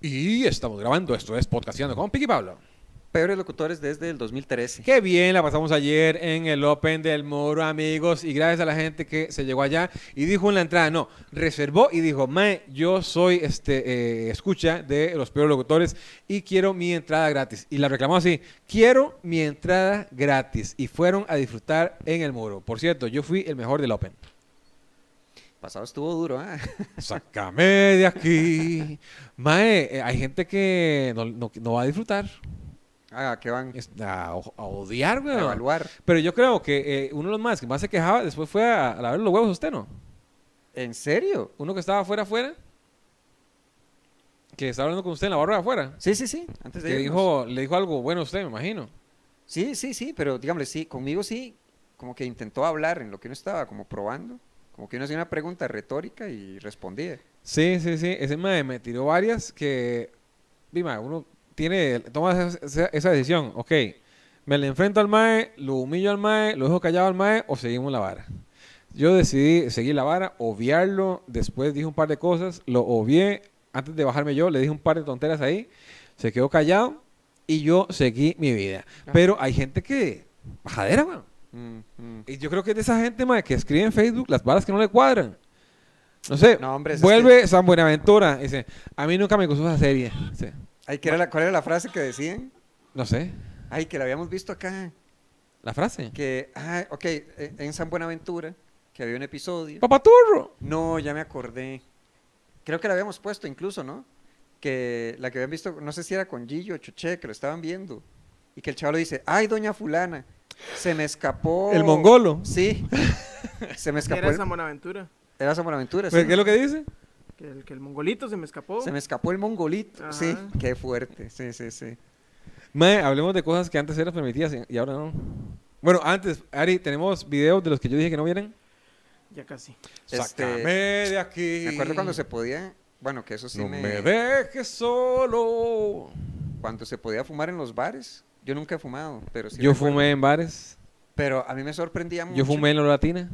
Y estamos grabando, esto es Podcasteando con Piqui Pablo. Peores locutores desde el 2013. Qué bien la pasamos ayer en el Open del Moro, amigos. Y gracias a la gente que se llegó allá y dijo en la entrada, no, reservó y dijo, mae, yo soy este eh, escucha de los peores locutores y quiero mi entrada gratis. Y la reclamó así, quiero mi entrada gratis. Y fueron a disfrutar en el Moro. Por cierto, yo fui el mejor del Open. Pasado estuvo duro, ¿ah? Sácame de aquí. Mae, eh, hay gente que no, no- no va a disfrutar. Ah, que van Es- este, A, o- a odiar, a güey. evaluar. Pero yo creo que eh, uno de los más que más se quejaba después fue a, a lavar los huevos a usted, ¿no? ¿En serio? Uno que estaba afuera, afuera, que estaba hablando con usted en la barra de afuera, Sí, sí, sí. Antes de que irnos. dijo, le dijo algo bueno a usted, me imagino. Sí, sí, sí, pero dígame, sí, conmigo sí, como que intentó hablar en lo que uno estaba, como probando. Como que uno hacía una pregunta retórica y respondía. Sí, sí, sí. Ese mae me tiró varias que, dime, uno tiene, toma esa, esa- esa decisión. Ok, me le enfrento al mae, lo humillo al mae, lo dejo callado al mae o seguimos la vara. Yo decidí seguir la vara, obviarlo. Después dije un par de cosas, lo obvié. Antes de bajarme yo, le dije un par de tonteras ahí. Se quedó callado y yo seguí mi vida. Ajá. Pero hay gente que, bajadera, weón. Mm, mm. Y yo creo que es de esa gente, mae, que escribe en Facebook las balas que no le cuadran. No sé, No, hombre, eso es vuelve San Buenaventura. y Dice, a mí nunca me gustó esa serie. Sí. Ay, ¿qué era la- ¿Cuál era la frase que decían? No sé, Ay, que la habíamos visto acá. la frase. Que, ah, ok, eh, en San Buenaventura, que había un episodio. ¡Papaturro! No, ya me acordé. Creo que la habíamos puesto incluso, ¿no? Que la que habían visto, no sé si era con Gillo o Chuché, que lo estaban viendo. Y que el chaval le dice, ay, doña fulana, se me escapó. El mongolo. Sí. Se me Que escapó. era el- San Buenaventura. Era San Buenaventura. sí. ¿Pero ¿Qué es lo que dice? Que el, que el mongolito se me escapó. Se me escapó el mongolito. Sí, Ajá. qué fuerte. Sí, sí, sí. Mae, hablemos de cosas que antes eran permitidas y- y ahora no. Bueno, antes, Ari, tenemos videos de los que yo dije que no vieran. Ya casi. Este, Sácame de aquí. Me acuerdo cuando se podía, bueno, que eso sí No me... me dejes solo. Cuando se podía fumar en los bares. Yo nunca he fumado, pero Pues, sí. yo recuerdo. fumé en bares. Pero a mí me sorprendía mucho. Yo fumé en la latina.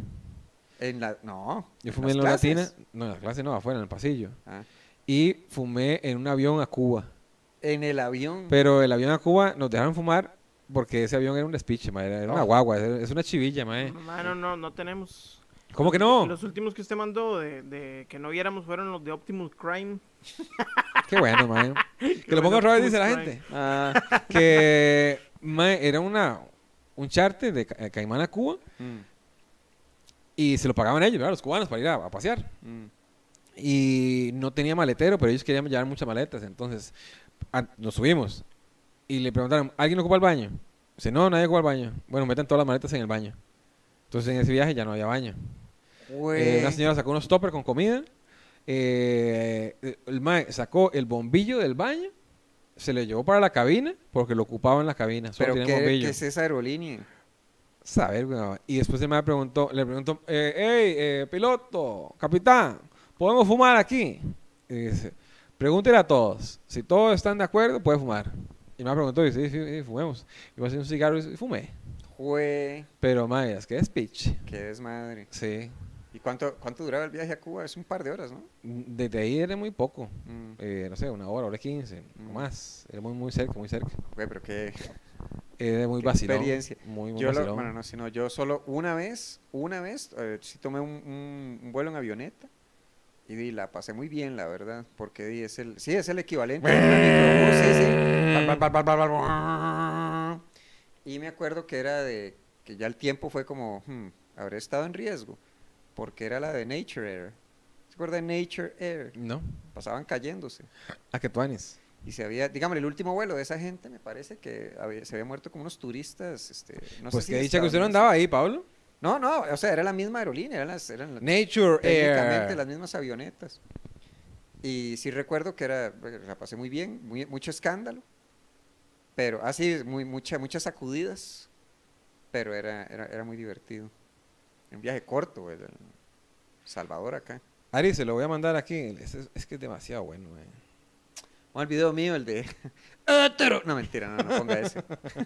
En la... No. Yo fumé en la las latina. clases. No, en la clase no, afuera, en el pasillo. Ah. y fumé en un avión a Cuba. En el avión. Pero el avión a Cuba nos dejaron fumar porque ese avión era un despiche, mae, era una Oh. guagua, era- es una chivilla, mae. Mano, no, no tenemos. ¿Cómo que no? Los últimos que usted mandó de, de que no viéramos fueron los de Optimus Crime. Qué bueno, mae. Que lo bueno, ponga otra vez, Optimus dice la Prime. gente. Ah, Que mae, era una un charter de Ca- eh, Caimán a Cuba Mm, y se lo pagaban ellos, ¿verdad? los cubanos, para ir a, a pasear. mm. Y no tenía maletero, pero ellos querían llevar muchas maletas, entonces a- nos subimos y le preguntaron, ¿alguien ocupa el baño? Dice, no, nadie ocupa el baño. Bueno, meten todas las maletas en el baño. Entonces en ese viaje ya no había baño. Eh, Güey. una señora sacó unos toppers con comida. eh, eh, el mae sacó el bombillo del baño, se le llevó para la cabina porque lo ocupaba en la cabina. Solo Pero ¿qué, tenía el bombillo. qué es esa aerolínea? Saber, weón. Y después el mae preguntó, le preguntó, eh, hey, eh, piloto, capitán, ¿podemos fumar aquí? Y dice, pregúntele a todos. Si todos están de acuerdo, puede fumar. Y me preguntó, y dice, sí, sí, sí, fumemos. Y me hacer un cigarro y dice, fumé. Güey. Pero mae, es que es pitch. Qué desmadre. Sí. ¿Y cuánto, cuánto duraba el viaje a Cuba? Es un par de horas, ¿no? Desde ahí era muy poco. Mm. eh, no sé, una hora, hora y quince, o Mm. más. Era muy, muy cerca, muy cerca. Güey, pero qué... Era muy Qué vacilón. experiencia. Muy, muy Yo lo- vacilón. bueno, no, sino yo solo una vez, una vez, eh, sí tomé un, un- un vuelo en avioneta y di, la pasé muy bien, la verdad, porque di, es el, sí, es el equivalente a un microbús, sí, sí. Bal, bal, bal, bal, bal, bal. Y me acuerdo que era de, que ya el tiempo fue como, hmm, habré estado en riesgo, porque era la de Nature Air. ¿Se acuerda de Nature Air? No, Pasaban cayéndose. a que tú anes. Y se había, dígame, el último vuelo de esa gente me parece que había- se había muerto como unos turistas. Este, no sé pues si que dicha que usted no estadounidenses. andaba ahí, Pablo. No, no, o sea, era la misma aerolínea, eran las, eran las- Nature técnicamente Air. las mismas avionetas. Y sí recuerdo que era, pues, la pasé muy bien, muy- mucho escándalo, pero así, muy, mucha, muchas sacudidas, pero era, era, era muy divertido. Un viaje corto, güey, del Salvador acá. Ari, se lo voy a mandar aquí. Es, es- es que es demasiado bueno, eh. O el video mío, el de... "Hétero". No, mentira, no, no ponga ese.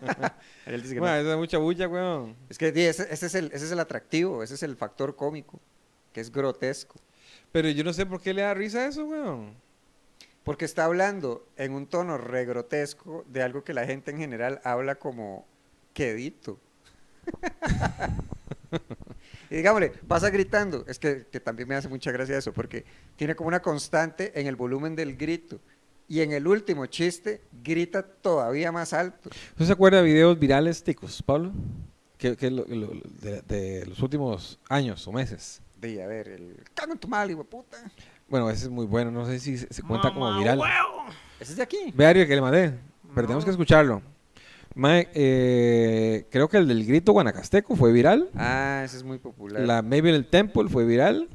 Él dice que no. Bueno, eso es mucha bulla, weón. Es que di, ese, ese es el, ese es el atractivo, ese es el factor cómico, que es grotesco. Pero yo no sé por qué le da risa eso, weón. Porque está hablando en un tono re grotesco de algo que la gente en general habla como quedito. y digámosle, pasa gritando. Es que, que también me hace mucha gracia eso, porque tiene como una constante en el volumen del grito. Y en el último chiste, grita todavía más alto. ¿Usted se acuerda de videos virales ticos, Pablo? Que, que lo- lo- de, de los últimos años o meses. Di, a ver, el cago en tu mal, hijo de puta. Bueno, ese es muy bueno. No sé si se se cuenta como viral. huevo! Ese es de aquí. Ve Ariel que le mandé. Pero tenemos No. que escucharlo. Mae, eh, creo que el del grito guanacasteco fue viral. Ah, ese es muy popular. La Maybe in the Temple fue viral.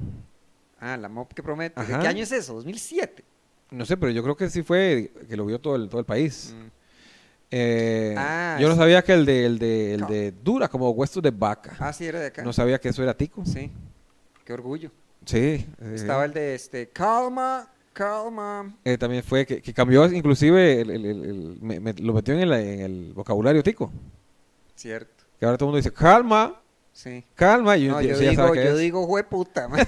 Ah, la MOP que promete. ¿De Ajá. qué año es eso? ¿2007? No sé, pero yo creo que sí fue que lo vio todo el, todo el país. Mm. Eh, Ah, yo no sí. sabía que el de, el de, el No. de Dura, como huesos de vaca. Ah, sí, era de acá. no sabía que eso era tico. Sí. Sí, qué orgullo. sí, eh, Estaba sí. el de este, calma, calma. Eh, también fue que, que cambió, inclusive, el- el- el- el- me- me- lo metió en, la- en el vocabulario tico. Cierto, Que ahora todo el mundo dice, calma, sí. calma. Y No, yo, yo ya sabe digo, qué yo es. digo, hueputa, man".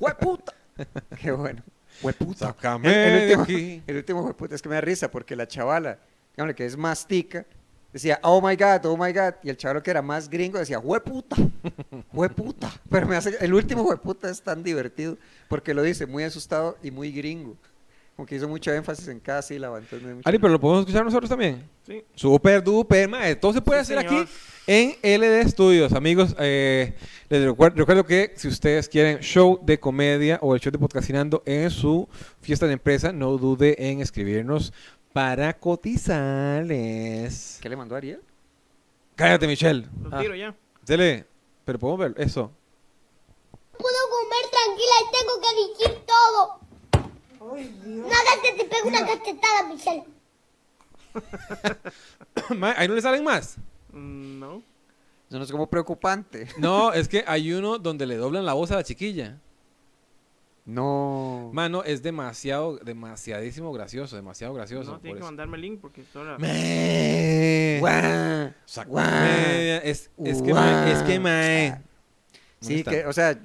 hueputa. Qué bueno, hueputa. Sácame El, el de último, aquí. el último hueputa, es que me da risa porque la chavala, digámosle que es más tica, decía, oh my god, oh my god. Y el chaval que era más gringo decía, hueputa, hueputa. Pero me hace, el último hueputa es tan divertido porque lo dice muy asustado y muy gringo. Como que hizo mucho énfasis en cada sílaba. Entonces me da mucha Ari, pero lo podemos escuchar nosotros también. Sí. Super duper, mae. Todo se puede Sí, hacer señor. aquí en LD Studios, amigos. eh, les recuer- recuerdo que si ustedes quieren show de comedia o el show de podcastinando en su fiesta de empresa, no dude en escribirnos para cotizarles. ¿Qué le mandó Ariel? Cállate, Michelle. Lo Ah, tiro ya. dele. Pero podemos ver eso. puedo comer tranquila y tengo que decir todo. Nada que te pegue una cachetada, Michelle. Mae, Ahí no le salen más. Mm, No. Eso no es como preocupante. No, es que hay uno donde le doblan la voz a la chiquilla. No. Mano, es demasiado, demasiadísimo gracioso, demasiado gracioso. No, por tiene que eso. mandarme el link porque esto era... Mae. Guau, Saca guau. media. Es, es que Guau. mae, es que mae. Sí, ¿Dónde que, está? o sea,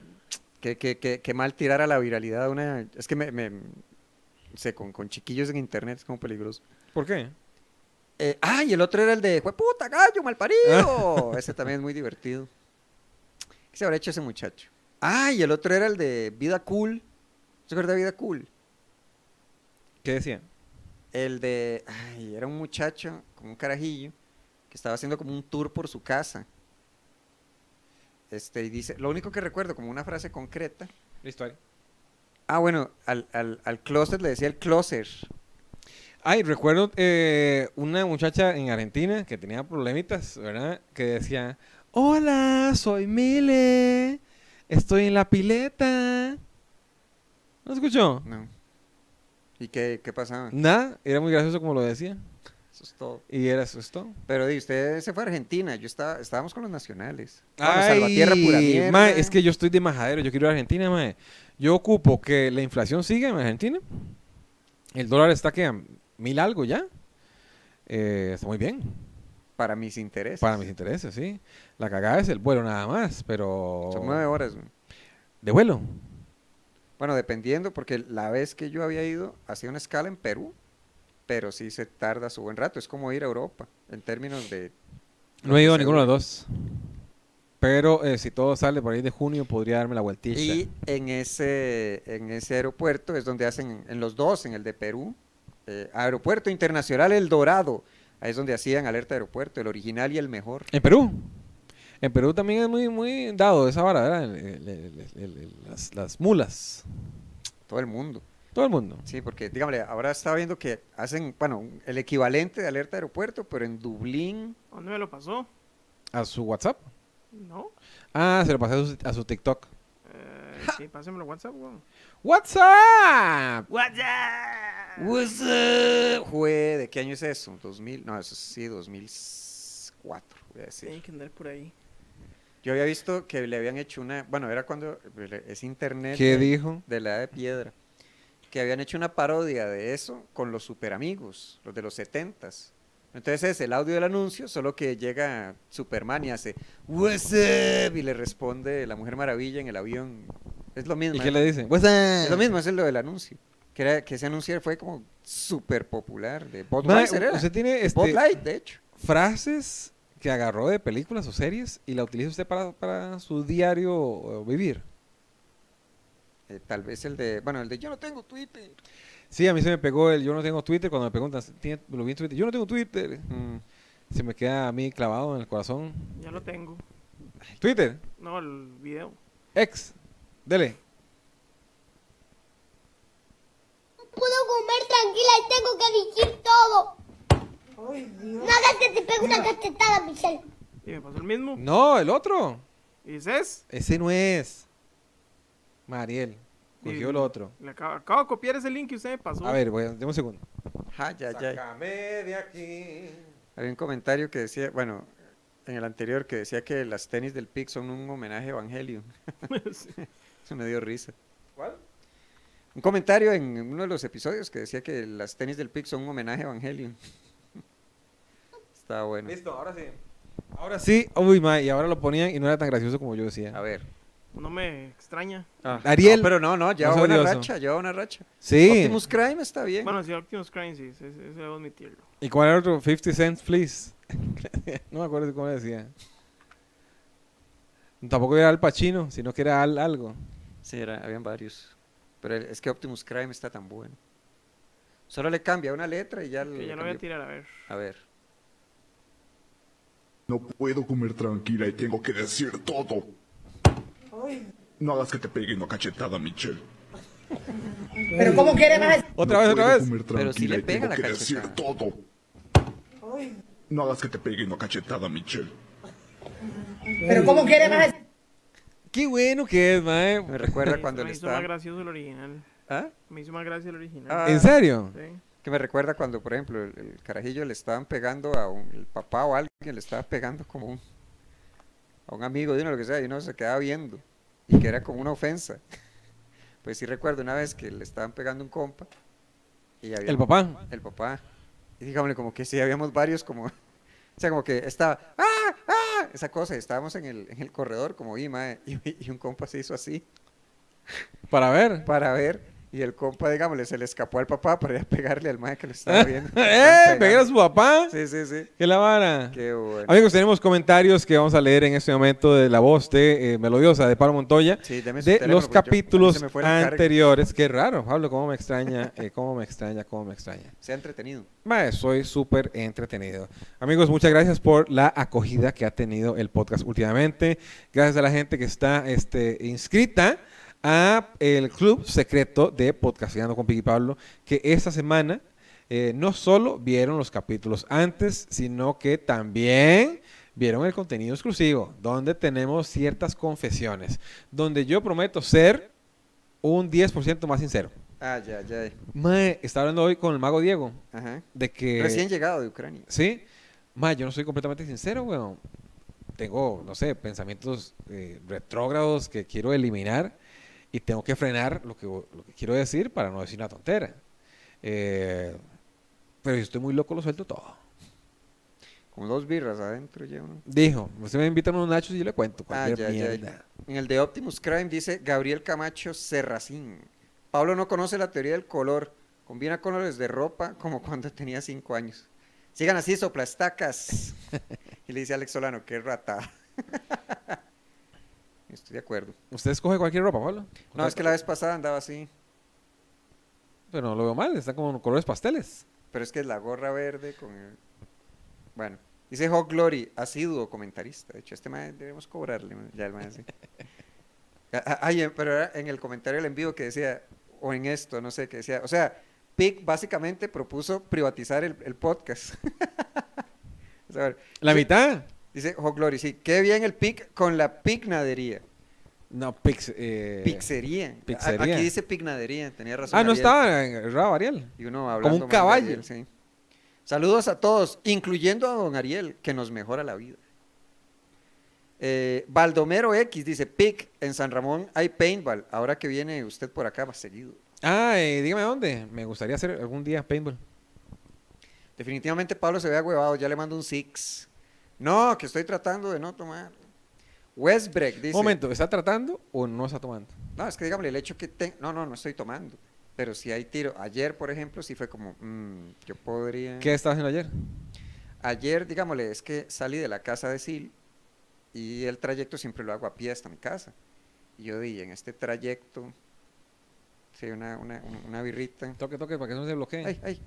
que, que, que, que mal tirar a la viralidad una... Es que me... me sé, con, con chiquillos en internet es como peligroso. ¿Por qué? Eh, ah, y el otro era el de, puta gallo, malparido. ese también es muy divertido. ¿Qué se habrá hecho ese muchacho? Ah, y el otro era el de Vida Cool. ¿Se acuerda de Vida Cool? ¿Qué decía? El de. Ay, era un muchacho, como un carajillo, que estaba haciendo como un tour por su casa. Este, y dice. Lo único que recuerdo, como una frase concreta. Listo, Ari. Ah, bueno, al, al, al closet le decía el closer. Ay, recuerdo eh, una muchacha en Argentina que tenía problemitas, ¿verdad? Que decía, hola, soy Mile, estoy en la pileta. ¿No escuchó? No. ¿Y qué, qué pasaba? Nada, era muy gracioso como lo decía. Eso es todo. Y era eso, es todo. Pero di, usted se fue a Argentina, yo estaba, estábamos con los nacionales. Vamos, Salvatierra pura Ay, mierda. mae, es que yo estoy de majadero, yo quiero ir a Argentina, mae. Yo ocupo que la inflación siga en Argentina. El dólar está que a mil algo ya. Eh, está muy bien. Para mis intereses. Para mis intereses, sí. La cagada es el vuelo nada más, pero... Son nueve horas. güey. De vuelo. Bueno, dependiendo, porque la vez que yo había ido, hacía una escala en Perú, pero sí se tarda su buen rato. Es como ir a Europa, en términos de... No he ido a Seguro. ninguno de los dos. Pero eh, si todo sale por ahí de junio, podría darme la vueltita. Y en ese, en ese aeropuerto es donde hacen, en los dos, en el de Perú, eh, Aeropuerto Internacional El Dorado, ahí es donde hacían alerta aeropuerto, el original y el mejor. En Perú. En Perú también es muy, muy dado esa vara, ¿verdad? El- el- el- el- el- las, las mulas. Todo el mundo. Todo el mundo. Sí, porque, dígame, ahora estaba viendo que hacen, bueno, un- el equivalente de alerta aeropuerto, pero en Dublín. ¿Dónde me lo pasó? ¿A su WhatsApp? No. Ah, se lo pasé a su, a su TikTok. Eh, sí, pásenmelo WhatsApp, weón. ¡WhatsApp! WhatsApp. Jue, ¿de qué año es eso? 2000, no, eso sí, 2004, voy a decir. Tienen que andar por ahí. Yo había visto que le habían hecho una, bueno, era cuando eh, es internet ¿Qué de, dijo? de la edad de piedra, que habían hecho una parodia de eso con los superamigos, los de los setentas. Entonces es el audio del anuncio, solo que llega Superman y hace What's up? y le responde la Mujer Maravilla en el avión. Es lo mismo. ¿Y es qué le dicen? Es ¡WhatsApp! lo mismo, es lo del anuncio. que, era, que ese anuncio fue como súper popular. De Mae, Budweiser era. usted tiene este, Spotlight, de hecho. frases que agarró de películas o series y la utiliza usted para, para su diario eh, vivir. Eh, tal vez el de, bueno, el de yo no tengo Twitter. Sí, a mí se me pegó el yo no tengo Twitter cuando me preguntan, "¿Tiene- lo vi en Twitter, yo no tengo Twitter. Mm, se me queda a mí clavado en el corazón. Ya lo tengo. Twitter, No, el video. ex, dele. Puedo comer tranquila y tengo que dirigir todo. Nada que te pegue una cachetada, Michelle. Y me pasó el mismo. No, el otro. Y dices, Ese no es. Mariel, cogió el otro. le acabo, acabo de copiar ese link que usted me pasó. A ver, voy a, deme un segundo. Ja, Ah, ya, ya. Sácame de aquí. Había un comentario que decía, bueno, en el anterior que decía que las tenis del PIC son un homenaje a Evangelion. Sí. Eso me dio risa. ¿Cuál? Un comentario en uno de los episodios que decía que las tenis del PIC son un homenaje a Evangelion. Está bueno. Listo, ahora sí. Ahora sí, uy, mae, y ahora lo ponían y no era tan gracioso como yo decía. A ver. No me extraña. Ah, Ariel. Ah, No, pero no, no, lleva No sea una odioso. racha, lleva una racha. Sí. Optimus Crime está bien. Bueno, sí, Optimus Crime, sí, sí, sí, eso debo admitirlo. ¿Y cuál era otro? 50 Cent, please. no me acuerdo cómo decía. Tampoco era Al Pacino, sino que era Al algo. Sí, era- habían varios. Pero el- es que Optimus Crime está tan bueno. Solo le cambia una letra y ya Que le ya lo voy a cambió. tirar, a ver. A ver. No puedo comer tranquila y tengo que decir todo. No hagas que te pegue una cachetada, Michelle. Pero ¿cómo quiere más? Otra No vez, otra puedo vez. comer Pero sí tranquila le y tengo pega la que decir cachetada. todo. No hagas que te pegue una cachetada, Michelle. Pero ¿cómo quiere más? Qué bueno que es, eh. mae. Me recuerda Me cuando hizo- le me hizo más está. gracioso el original. ¿Ah? Me hizo más gracia el original. Ah. ¿En serio? Sí. Que me recuerda cuando, por ejemplo, el, el carajillo le estaban pegando a un el papá o alguien, le estaba pegando como un, a un amigo de uno, lo que sea, y uno se quedaba viendo. Y que era como una ofensa. Pues sí recuerdo una vez que le estaban pegando un compa. Y había El papá. el papá. Y dígame, como que sí, habíamos varios como... O sea, como que estaba... ¡Ah! ¡Ah! Esa cosa, y estábamos en el, en el corredor como y, mae, y, y un compa se hizo así Para ver. para ver y el compa, digámosle, se le escapó al papá para ir a pegarle al mae que lo estaba viendo. que le ¡Eh! estaban Pegué a pegando. su papá. Sí, sí, sí. ¡Qué la vara! Qué bueno. Amigos, tenemos comentarios que vamos a leer en este momento de la voz de eh, Melodiosa de Pablo Montoya. Sí, deme su de teléfono, los porque yo- a mí capítulos se me fue la carga. anteriores. Qué raro, Pablo, cómo me extraña, eh, cómo me extraña, cómo me extraña. Se ha entretenido. Mae, soy súper entretenido. Amigos, muchas gracias por la acogida que ha tenido el podcast últimamente. Gracias a la gente que está este, inscrita a el club secreto de Podcasteando con Piqui Pablo, que esta semana eh, no solo vieron los capítulos antes, sino que también vieron el contenido exclusivo, donde tenemos ciertas confesiones, donde yo prometo ser un 10% más sincero. Ah, ya, ya. Mae, estaba hablando hoy con el mago Diego Ajá. de que... Recién llegado de Ucrania. Sí. Más, yo no soy completamente sincero, weón. Tengo, no sé, pensamientos eh, retrógrados que quiero eliminar y tengo que frenar lo que, lo que quiero decir para no decir una tontera. Eh, pero si estoy muy loco, lo suelto todo. Con dos birras adentro ya uno. Dijo, usted me invita a unos nachos y yo le cuento Ah, cualquier ya, ya, mierda. ya. En el de Optimus Crime dice Gabriel Camacho Serracín. Pablo no conoce la teoría del color. Combina colores de ropa como cuando tenía cinco años. Sigan así, soplastacas. y le dice Alex Solano, qué rata. Estoy de acuerdo. ¿Usted escoge cualquier ropa, Pablo? No, es que la vez pasada andaba así. Pero no lo veo mal, está como en colores pasteles. Pero es que la gorra verde con el... Bueno, dice Hog Glory, asiduo comentarista. De hecho, este mae debemos cobrarle. mae. Ya el mae sí. A- a- Ay, eh, pero era en el comentario del envío que decía, o en esto, no sé, que decía, o sea, PIC básicamente propuso privatizar el, el podcast. O sea, a ver, ¿La sí, mitad? Dice Hog Glory, sí, qué bien el PIC con la pignadería. No, pix, eh, Pixería. A- pixería. Aquí dice pignadería, tenía razón. Ah, no Ariel. estaba en Raba Ariel. Y uno hablando un mal de caballo. Ariel, sí. Saludos a todos, incluyendo a don Ariel, que nos mejora la vida. Eh, Baldomero X dice, Pic, en San Ramón hay paintball. Ahora que viene usted por acá más seguido. Ah, eh, dígame dónde. Me gustaría hacer algún día paintball. Definitivamente Pablo se ve agüevado, ya le mando un six. No, que estoy tratando de no tomar. Westbreak dice... Un momento, ¿está tratando o no está tomando? No, es que dígame el hecho que... te- No, no, no estoy tomando. Pero si hay tiro, ayer por ejemplo, sí fue como, mm, yo podría... ¿Qué estabas haciendo ayer? Ayer, digámosle, es que salí de la casa de Sil y el trayecto siempre lo hago a pie hasta mi casa. Y yo dije, en este trayecto, sí, una, una, una birrita. Toque, toque, para que no se bloquee. Ay, ay.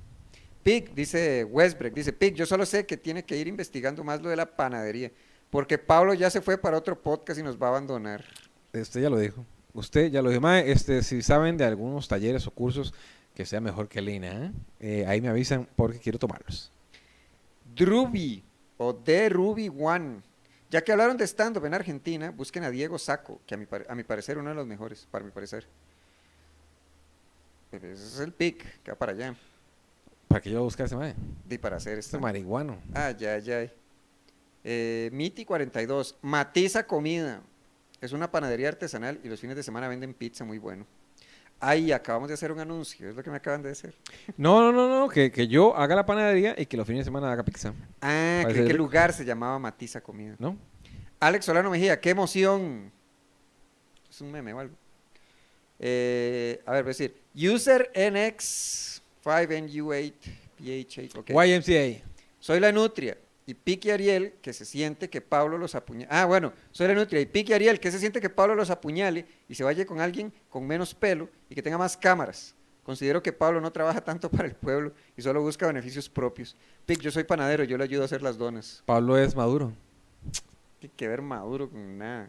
Pig, dice Westbrook, dice Pig, yo solo sé que tiene que ir investigando más lo de la panadería, porque Pablo ya se fue para otro podcast y nos va a abandonar. Usted ya lo dijo. Usted ya lo dijo. Mae, este, si saben de algunos talleres o cursos que sea mejor que Lina, ¿eh? Eh, ahí me avisan porque quiero tomarlos. Druby o The Ruby One. Ya que hablaron de stand-up en Argentina, busquen a Diego Saco, que a mi, par- a mi parecer uno de los mejores, para mi parecer. Pero Ese es el pick, que va para allá, Para que yo busque a ese mae. y para hacer Este esto. marihuano. Ay, ay, ay. Eh, Miti 42, Matiza Comida. Es una panadería artesanal y los fines de semana venden pizza muy bueno. Ay, acabamos de hacer un anuncio, es lo que me acaban de hacer. No, no, no, no, que, que yo haga la panadería y que los fines de semana haga pizza. Ah, Parece creí que el rico. lugar se llamaba Matiza Comida. ¿No? Alex Solano Mejía, qué emoción. Es un meme o algo. Eh, a ver, voy a decir, User NX 5NU8 PH8. ok. YMCA. Soy la Nutria y Piqui Ariel que se siente que Pablo los apuñale. Ah, bueno, soy la Nutria y Piqui Ariel que se siente que Pablo los apuñale y se vaya con alguien con menos pelo y que tenga más cámaras. Considero que Pablo no trabaja tanto para el pueblo y solo busca beneficios propios. Pic, yo soy panadero, yo le ayudo a hacer las donas. Pablo es maduro. Tiene que ver maduro con nada.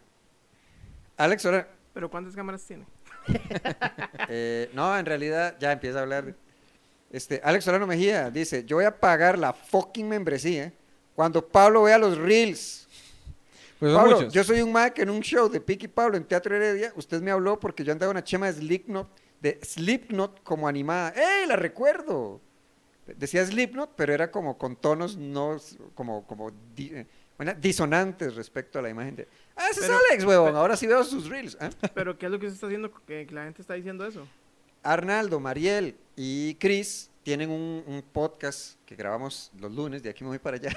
Alex, ahora. Pero ¿cuántas cámaras tiene? Eh, no, en realidad ya empieza a hablar. de- Este, Alex Solano Mejía dice, yo voy a pagar la fucking membresía cuando Pablo vea los reels. Pues son Pablo, muchos. yo soy un Mac en un show de Piqui Pablo en Teatro Heredia. Usted me habló porque yo andaba una chema de Slipknot, de Slipknot como animada. ¡Ey, la recuerdo! Decía Slipknot, pero era como con tonos no, como, como di- eh, bueno, disonantes respecto a la imagen de... ¡Ah, ese Pero- es Alex, huevón! pero- Ahora sí veo sus reels. ¿ah? Pero ¿qué es lo que se está haciendo que que la gente está diciendo eso? Arnaldo, Mariel y Chris tienen un, un podcast que grabamos los lunes, de aquí me voy para allá,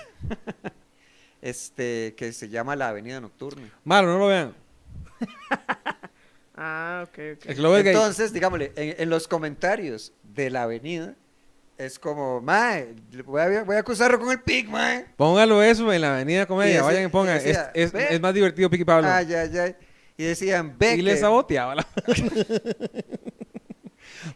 este, que se llama La Avenida Nocturna. Malo, no lo vean. Ah, ok, El ok. globo es gay. Entonces, digámosle, en, en los comentarios de la avenida, es como, mae, voy a, voy a acusarlo con el pic, mae. Póngalo eso en la avenida comedia. Y ese- Vayan y pongan. y decía, es, es- "Ve". es más divertido, Piqui Pablo. Ay, ay, ay. Y decían, ve y que, le saboteaba la. decían,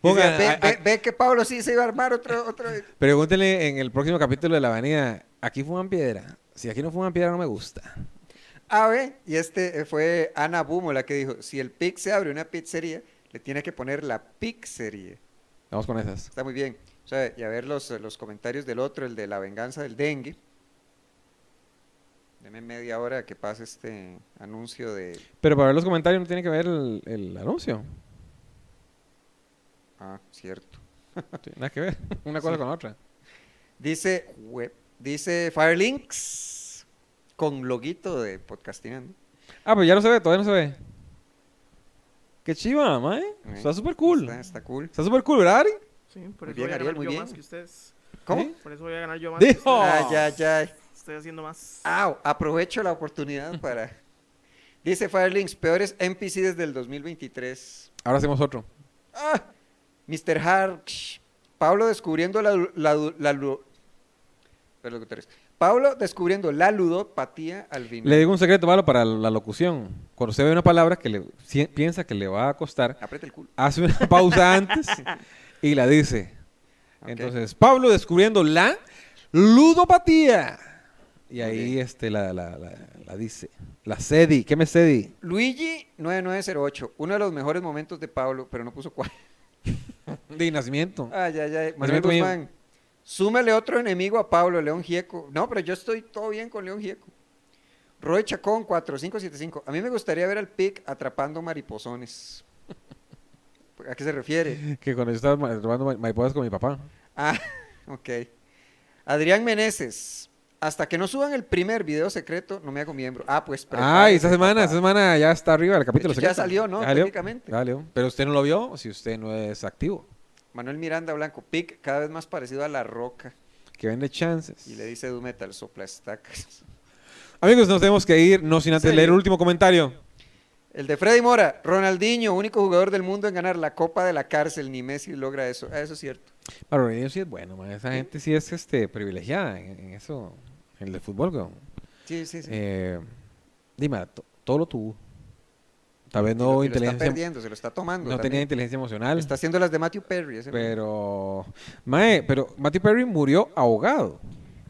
Pongan, ve, a- ve- a- ve que Pablo sí se iba a armar otro, otro. pregúntenle en el próximo capítulo de La Avenida. Aquí fuman piedra. Si aquí no fuman piedra, no me gusta. Ah, ve, y este eh, fue Ana Bumo la que dijo, si el pic se abre una pizzería, le tiene que poner la pizzería. Vamos con esas. Está muy bien. O sea, y a ver los, eh, los comentarios del otro, el de la venganza del dengue. Deme media hora que pase este anuncio de... Pero para ver los comentarios no tiene que ver el, el anuncio. Ah, cierto. Tiene nada que ver. Una cosa Sí. con la otra. Dice, web, dice Firelinks con loguito de podcastinando. Ah, pero ya no se ve, todavía no se ve. Qué chiva, mae. Ok. Está súper cool. Está, está cool. Está súper cool, ¿verdad? Ari? Sí, por Muy bien, eso voy a Ariel, ganar muy yo bien. más que ustedes. ¿Cómo? ¿Sí? Por eso voy a ganar yo más. Dijo. que ustedes. Ah, ya, ya. Estoy haciendo más. Au, aprovecho la oportunidad para... Dice Firelinks, peores NPC desde el 2023. Ahora hacemos otro. Ah, Mr. Harsh. Pablo descubriendo la, du- la, du- la lu- Perdón, doctores. Pablo descubriendo la ludopatía al vino. Le digo un secreto, Pablo, para la locución. Cuando usted ve una palabra que le si- piensa que le va a costar, Aprieta el culo. hace una pausa antes y la dice. Ok. Entonces, Pablo descubriendo la ludopatía. Y ahí bien. este, la, la, la, la dice. La cedi. ¿Qué me cedi? Luigi 9908. Uno de los mejores momentos de Pablo, pero no puso cuál. De nacimiento. Ay, ay, ay. Manuel Manuel Guzmán. Guzmán. Súmele otro enemigo a Pablo, León Gieco. No, pero yo estoy todo bien con León Gieco. Roy Chacón 4575. A mí me gustaría ver al PIC atrapando mariposones. ¿A qué se refiere? Que cuando yo estaba ma- robando ma- mariposas con mi papá. Ah, ok. Adrián Meneses. Hasta que no suban el primer video secreto, no me hago miembro. Ah, pues. Ah, y prepárese, esta semana, papá. esta semana ya está arriba el capítulo. hecho, secreto. ya salió, ¿no? Ya salió. Técnicamente. Ya salió. Pero usted no lo vio si usted no es activo. Manuel Miranda Blanco, pic cada vez más parecido a La Roca. Que vende chances. Y le dice Doom Metal, sopla estacas. Amigos, nos tenemos que ir, no sin antes Sí. leer el último comentario. El de Freddy Mora, Ronaldinho, único jugador del mundo en ganar la Copa de la Cárcel, ni Messi logra eso. Ah, Eso es cierto. Pero Ronaldinho sí es bueno, man. Esa gente sí es este, privilegiada en, en eso, en el de fútbol, weón. Sí, sí, sí. Eh, dime, to- todo lo tuvo. Tal vez Y lo- y no lo está inteligencia. perdiendo, se lo está tomando. No tenía también. inteligencia emocional. Está haciendo las de Matthew Perry. ese Pero. Mae, pero Matthew Perry murió ahogado.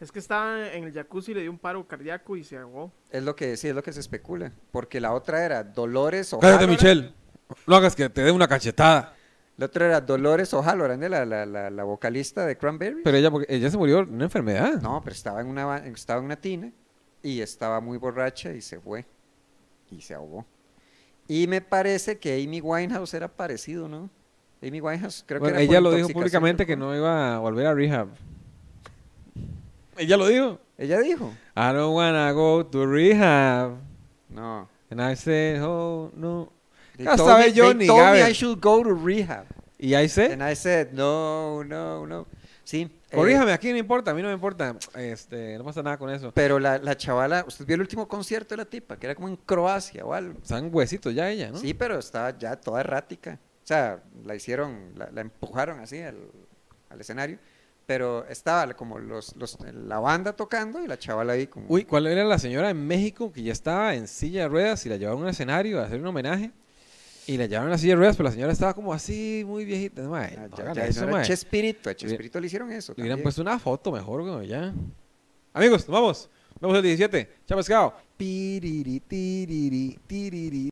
Es que estaba en el jacuzzi, le dio un paro cardíaco y se ahogó. Es lo que sí, es lo que se especula. Porque la otra era Dolores o Cállate, Michelle. No hagas que te dé una cachetada. La otra era Dolores O'Halloran, ¿eh? la, la, la, la vocalista de Cranberry. Pero ella, porque- ella se murió de una enfermedad. No, pero estaba en, una, ba- estaba en una tina y estaba muy borracha y se fue. Y se ahogó. Y me parece que Amy Winehouse era parecido, ¿no? Amy Winehouse creo Bueno, que era por ella lo dijo intoxicación públicamente que alcohólica. no iba a volver a rehab. Ella lo dijo. Ella dijo. I don't wanna go to rehab. No. And I said, oh, no. They Ya told sabe ¿Eh? me- yo, they ni told me Gabe. I should go to rehab. Y ahí se. And I said, no, no, no. Sí. eh, Corríjame, aquí no importa, a mí no me importa. Este, no pasa nada con eso. Pero la, la chavala, usted vio el último concierto de la tipa, que era como en Croacia o algo. Están huesitos ya ella, ¿no? Sí, pero estaba ya toda errática. O sea, la hicieron, la, la empujaron así al, al escenario. Pero estaba como los, los- la banda tocando y la chavala ahí como... Uy, ¿cuál era la señora en México que ya estaba en silla de ruedas y la llevaron a un escenario a hacer un homenaje? Y la llevaron a la silla de ruedas, pero la señora estaba como así, muy viejita. Mae, ah, ya- hágale ya, eso, no era mae. Chespirito, a Chespirito le hicieron eso. Le hubieran también. puesto una foto mejor, güey, ya. Amigos, nos vamos. Nos vemos el 17. Chao, pescado. Piriri, tiriri, tiriri.